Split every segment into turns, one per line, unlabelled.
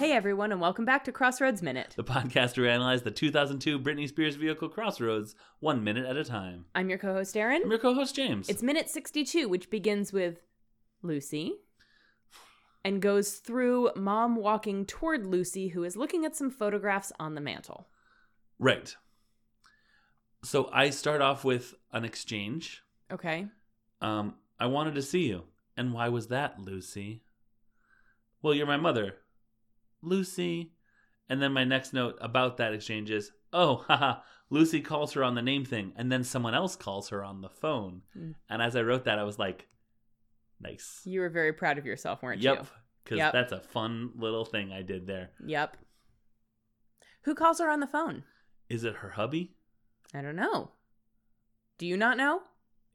everyone, and welcome back to Crossroads Minute.
The podcast where we analyze the 2002 Britney Spears vehicle Crossroads one minute at a time.
I'm your co host,
I'm
Erin.
your co-host James.
It's minute 62, which begins with Lucy and goes through mom walking toward Lucy, who is looking at some photographs on the mantle.
right. So I start off with an exchange.
Okay.
Um, I wanted to see you. And why was that, Lucy? Well, you're my mother. Lucy. And then my next note about that exchange is, oh, haha, Lucy calls her on the name thing, and then someone else calls her on the phone.
Mm.
And as I wrote that, I was like, nice.
You were very proud of yourself, weren't
Yep. Because
Yep.
that's a fun little thing I did there.
you? Yep. Who calls her on the phone?
Is it her hubby?
I don't know. Do you not know?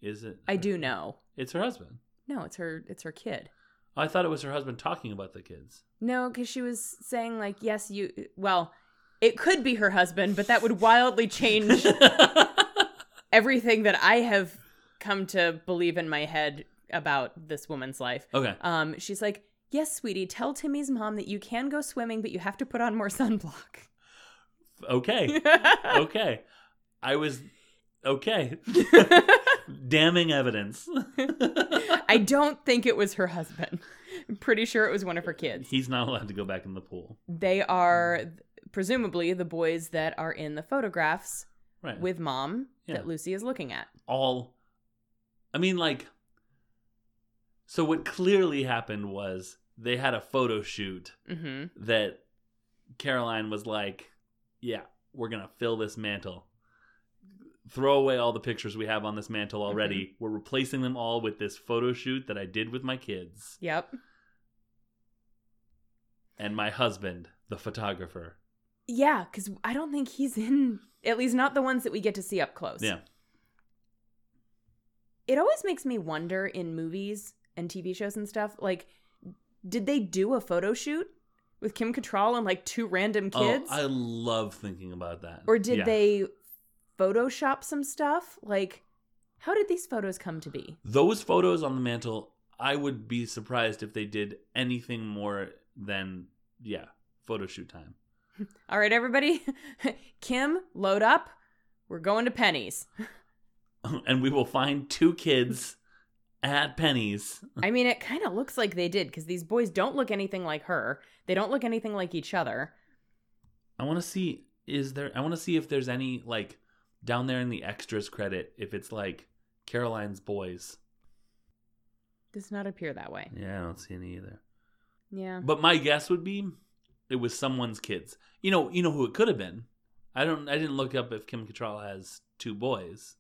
Is it?
I
her-
do know.
It's her husband.
No, it's her it's her kid.
I thought it was her husband talking about the kids.
No, because she was saying like, yes, you. Well, it could be her husband, but that would wildly change everything that I have come to believe in my head about this woman's life.
okay.
Um, she's like, yes, sweetie, tell Timmy's mom that you can go swimming, but you have to put on more sunblock.
Okay. okay. I was okay. Damning evidence.
I don't think it was her husband. I'm pretty sure it was one of her kids.
He's not allowed to go back in the pool.
They are presumably the boys that are in the photographs
Right.
with mom
Yeah.
that Lucy is looking at.
all I mean like so what clearly happened was they had a photo shoot
Mm-hmm.
that Caroline was like, "Yeah, we're gonna fill this mantle. Throw away all the pictures we have on this mantle
Mm-hmm.
already. We're replacing them all with this photo shoot that I did with my kids
Yep.
and my husband, the photographer."
Yeah, because I don't think he's in, at least not the ones that we get to see up close.
Yeah,
It always makes me wonder in movies and TV shows and stuff like, did they do a photo shoot with Kim Cattrall and like two random kids?
Oh, I love thinking about that.
or did
Yeah.
they Photoshop some stuff? Like, how did these photos come to be?
Those photos on the mantle, I would be surprised if they did anything more than yeah, photo shoot time.
All right, everybody. Kim, load up. We're going to Penny's.
and we will find two kids at Penny's.
I mean, it kind of looks like they did because these boys don't look anything like her. They don't look anything like each other.
I want to see is there I want to see if there's any like down there in the extras credit if it's like Caroline's boys.
Does not appear that way.
Yeah, I don't see any either.
Yeah.
But my guess would be it was someone's kids. You know, you know who it could have been. I don't I didn't look up if Kim Cattrall has two boys.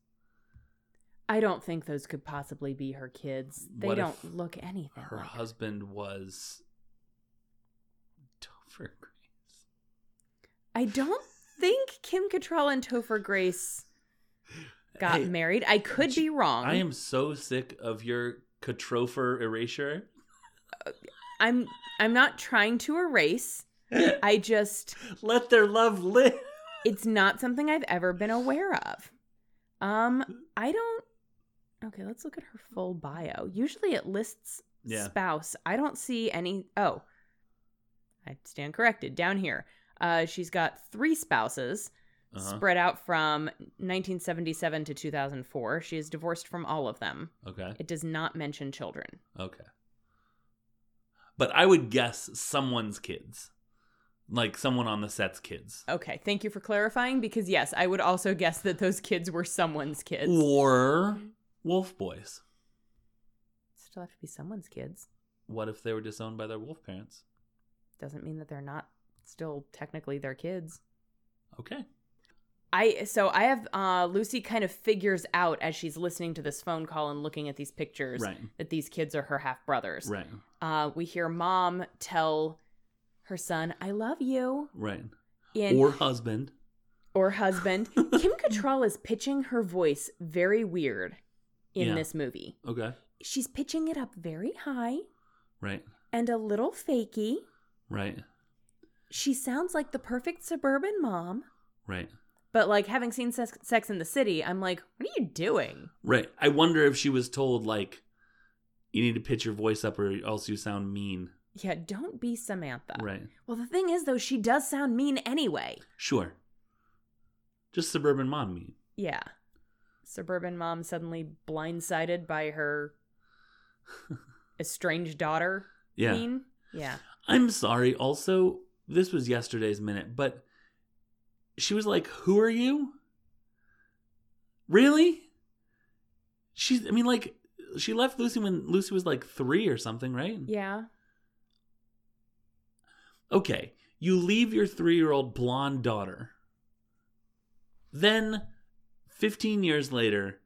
I don't think those could possibly be her kids. They
What if
don't look anything.
Her
like her.
husband was Topher Grace.
I don't think Kim Cattrall and Topher Grace got
Hey,
married. I could be wrong.
I am so sick of your Catropher erasure.
I'm I'm not trying to erase. I just
Let their love live.
it's not something I've ever been aware of. Um I don't Okay, let's look at her full bio. Usually it lists
Yeah.
spouse. I don't see any Oh. I stand corrected. Down here. Uh she's got 3 spouses.
Uh-huh.
spread out from 1977 to 2004. She is divorced from all of them.
Okay.
It does not mention children.
Okay. But I would guess someone's kids. Like someone on the set's kids.
Okay, thank you for clarifying because yes, I would also guess that those kids were someone's kids.
Or wolf boys.
Still have to be someone's kids.
What if they were disowned by their wolf parents?
Doesn't mean that they're not still technically their kids.
Okay.
I so I have uh Lucy kind of figures out as she's listening to this phone call and looking at these pictures
Right.
that these kids are her half brothers.
Right.
Uh we hear mom tell her son, "I love you."
Right.
In
or husband.
or husband. Kim Cattrall is pitching her voice very weird in
Yeah.
this movie.
Okay.
She's pitching it up very high
Right.
and a little fakey.
Right.
She sounds like the perfect suburban mom.
Right.
But like having seen Sex, Sex in the City, I'm like, what are you doing?
Right. I wonder if she was told like you need to pitch your voice up or else you sound mean.
Yeah, don't be Samantha.
Right.
Well, the thing is, though, she does sound mean anyway.
Sure. Just suburban mom mean.
Yeah. Suburban mom suddenly blindsided by her estranged daughter.
Yeah.
Mean. Yeah.
I'm sorry. Also, this was yesterday's minute, but she was like, "Who are you?" Really? She's. I mean, like, she left Lucy when Lucy was like three or something, right?
Yeah.
Okay, you leave your three-year-old blonde daughter. Then, fifteen years later,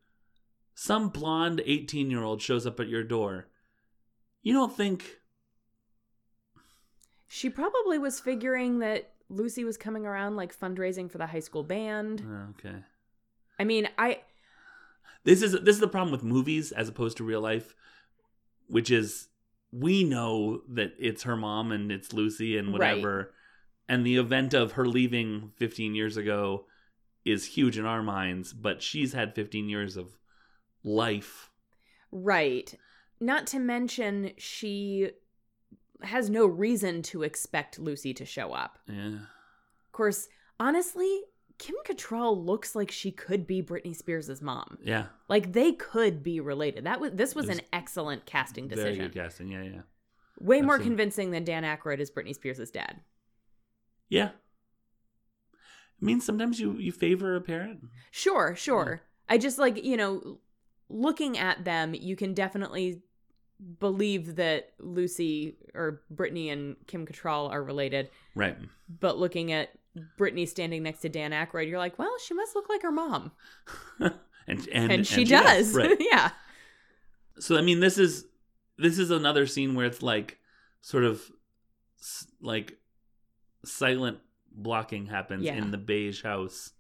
some blonde eighteen-year-old shows up at your door. You don't think
She probably was figuring that Lucy was coming around like fundraising for the high school band.
Oh, okay.
I mean, I
This is this is the problem with movies as opposed to real life, which is we know that it's her mom and it's Lucy and
Right.
whatever, and the event of her leaving 15 years ago is huge in our minds, but she's had 15 years of life.
right. Not to mention she has no reason to expect Lucy to show up.
Yeah.
Of course, honestly, Kim Cattrall looks like she could be Britney Spears' mom.
Yeah.
Like they could be related. That was this was
It was
an excellent casting
Very
decision.
good casting. Yeah, yeah.
Way more
Absolutely.
convincing than Dan Aykroyd as Britney Spears' dad.
Yeah. I mean, sometimes you you favor a parent.
Sure, sure. I just like, you know, looking at them, you can definitely believe that Lucy or Brittany and Kim Cattrall are related.
Right.
But looking at Brittany standing next to Dan Aykroyd, you're like, well, she must look like her mom.
and, and
And, she,
and
does.
Right.
yeah.
so i mean this is this is another scene where it's like sort of s- like silent blocking happens
Yeah.
in the beige house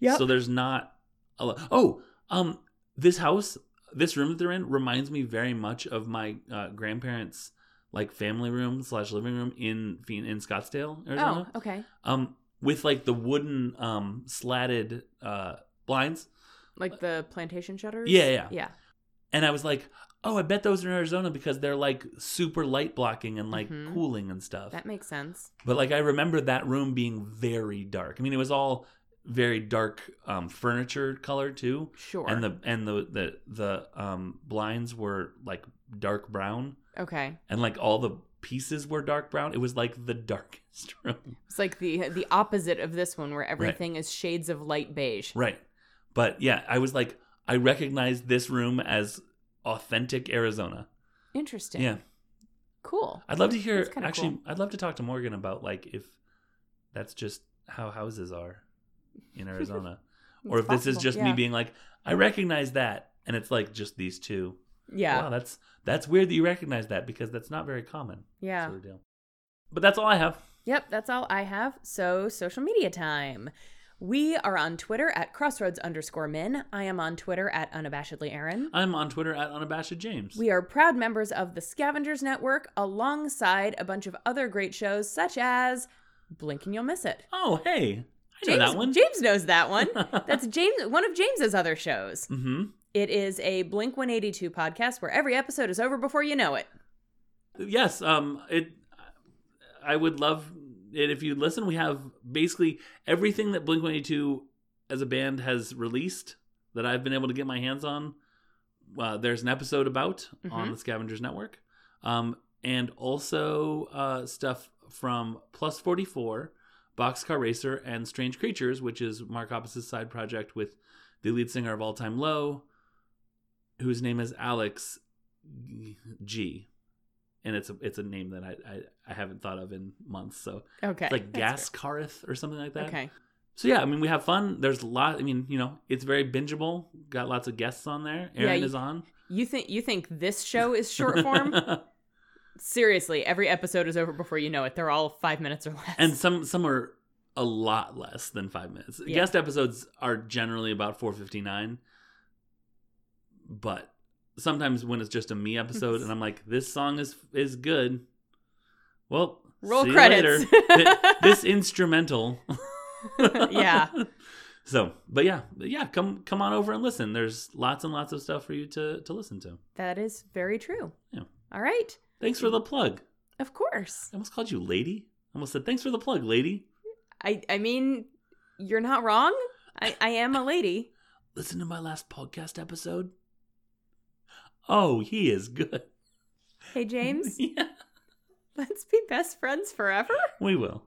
Yep.
so there's not a lot oh um this house this room that they're in reminds me very much of my uh, grandparents like family room slash living room in Phoen- in scottsdale
Oh,
arizona
okay.
um with like the wooden um slatted uh blinds
Like the plantation shutters?
Yeah, yeah.
Yeah.
And I was like, oh, I bet those are in Arizona because they're like super light blocking and like
Mhm.
cooling and stuff.
That makes sense.
but like I remember that room being very dark. I mean, it was all very dark um, furniture color too.
Sure.
And the and the the the um, blinds were like dark brown
okay.
and like all the pieces were dark brown. It was like the darkest room.
It's like the the opposite of this one where everything is shades of light beige.
Right. But yeah, I was like I recognized this room as authentic Arizona.
Interesting.
Yeah.
Cool.
I'd love to hear.
That's kinda
Actually,
cool.
I'd love to talk to Morgan about like if that's just how houses are in Arizona, or if
It's
this is
possible.
just me
Yeah.
being like, I recognize that, and it's like just these two.
Yeah.
Wow, that's that's weird that you recognize that because that's not very common.
Yeah.
Sort of deal. But that's all I have.
Yep, that's all I have. So, social media time. We are on Twitter at crossroads underscore min. I am on Twitter at unabashedly Aaron.
I'm on Twitter at unabashed James.
We are proud members of the Scavengers Network alongside a bunch of other great shows such as Blink and You'll Miss It.
oh hey, I know
James,
that one.
James knows that one. That's James one of James's other shows.
mm-hmm.
It is a Blink 182 podcast where every episode is over before you know it.
yes um it i would love it if you listen we have basically everything that blink 182 as a band has released that i've been able to get my hands on uh, there's an episode about on the scavengers network um and also uh stuff from plus 44 boxcar racer and strange creatures which is mark Hoppus's side project with the lead singer of all time low whose name is alex g and it's a it's a name that I I, I haven't thought of in months. So
Okay.
it's like
That's
Gascarith or something like
fair.
that.
Okay.
So yeah, I mean we have fun. There's a lot. I mean you know it's very bingeable. Got lots of guests on there.
Yeah,
Aaron
you-
is on
You think you think this show is short form? Seriously, every episode is over before you know it. They're all five minutes or less.
and some some are a lot less than five minutes.
Yeah.
Guest episodes are generally about four fifty nine, but sometimes when it's just a me episode and I'm like this song is is good. Well,
roll
see you
credits.
later. Th- this instrumental.
Yeah.
So, but yeah, but yeah, come come on over and listen. There's lots and lots of stuff for you to to listen to.
that is very true.
Yeah.
All right.
Thanks for the plug.
Of course.
I almost called you lady. I almost said, thanks for the plug, lady.
I I mean, you're not wrong. I, I am a lady.
Listen to my last podcast episode. Oh, he is good.
Hey James,
yeah,
let's be best friends forever.
we will.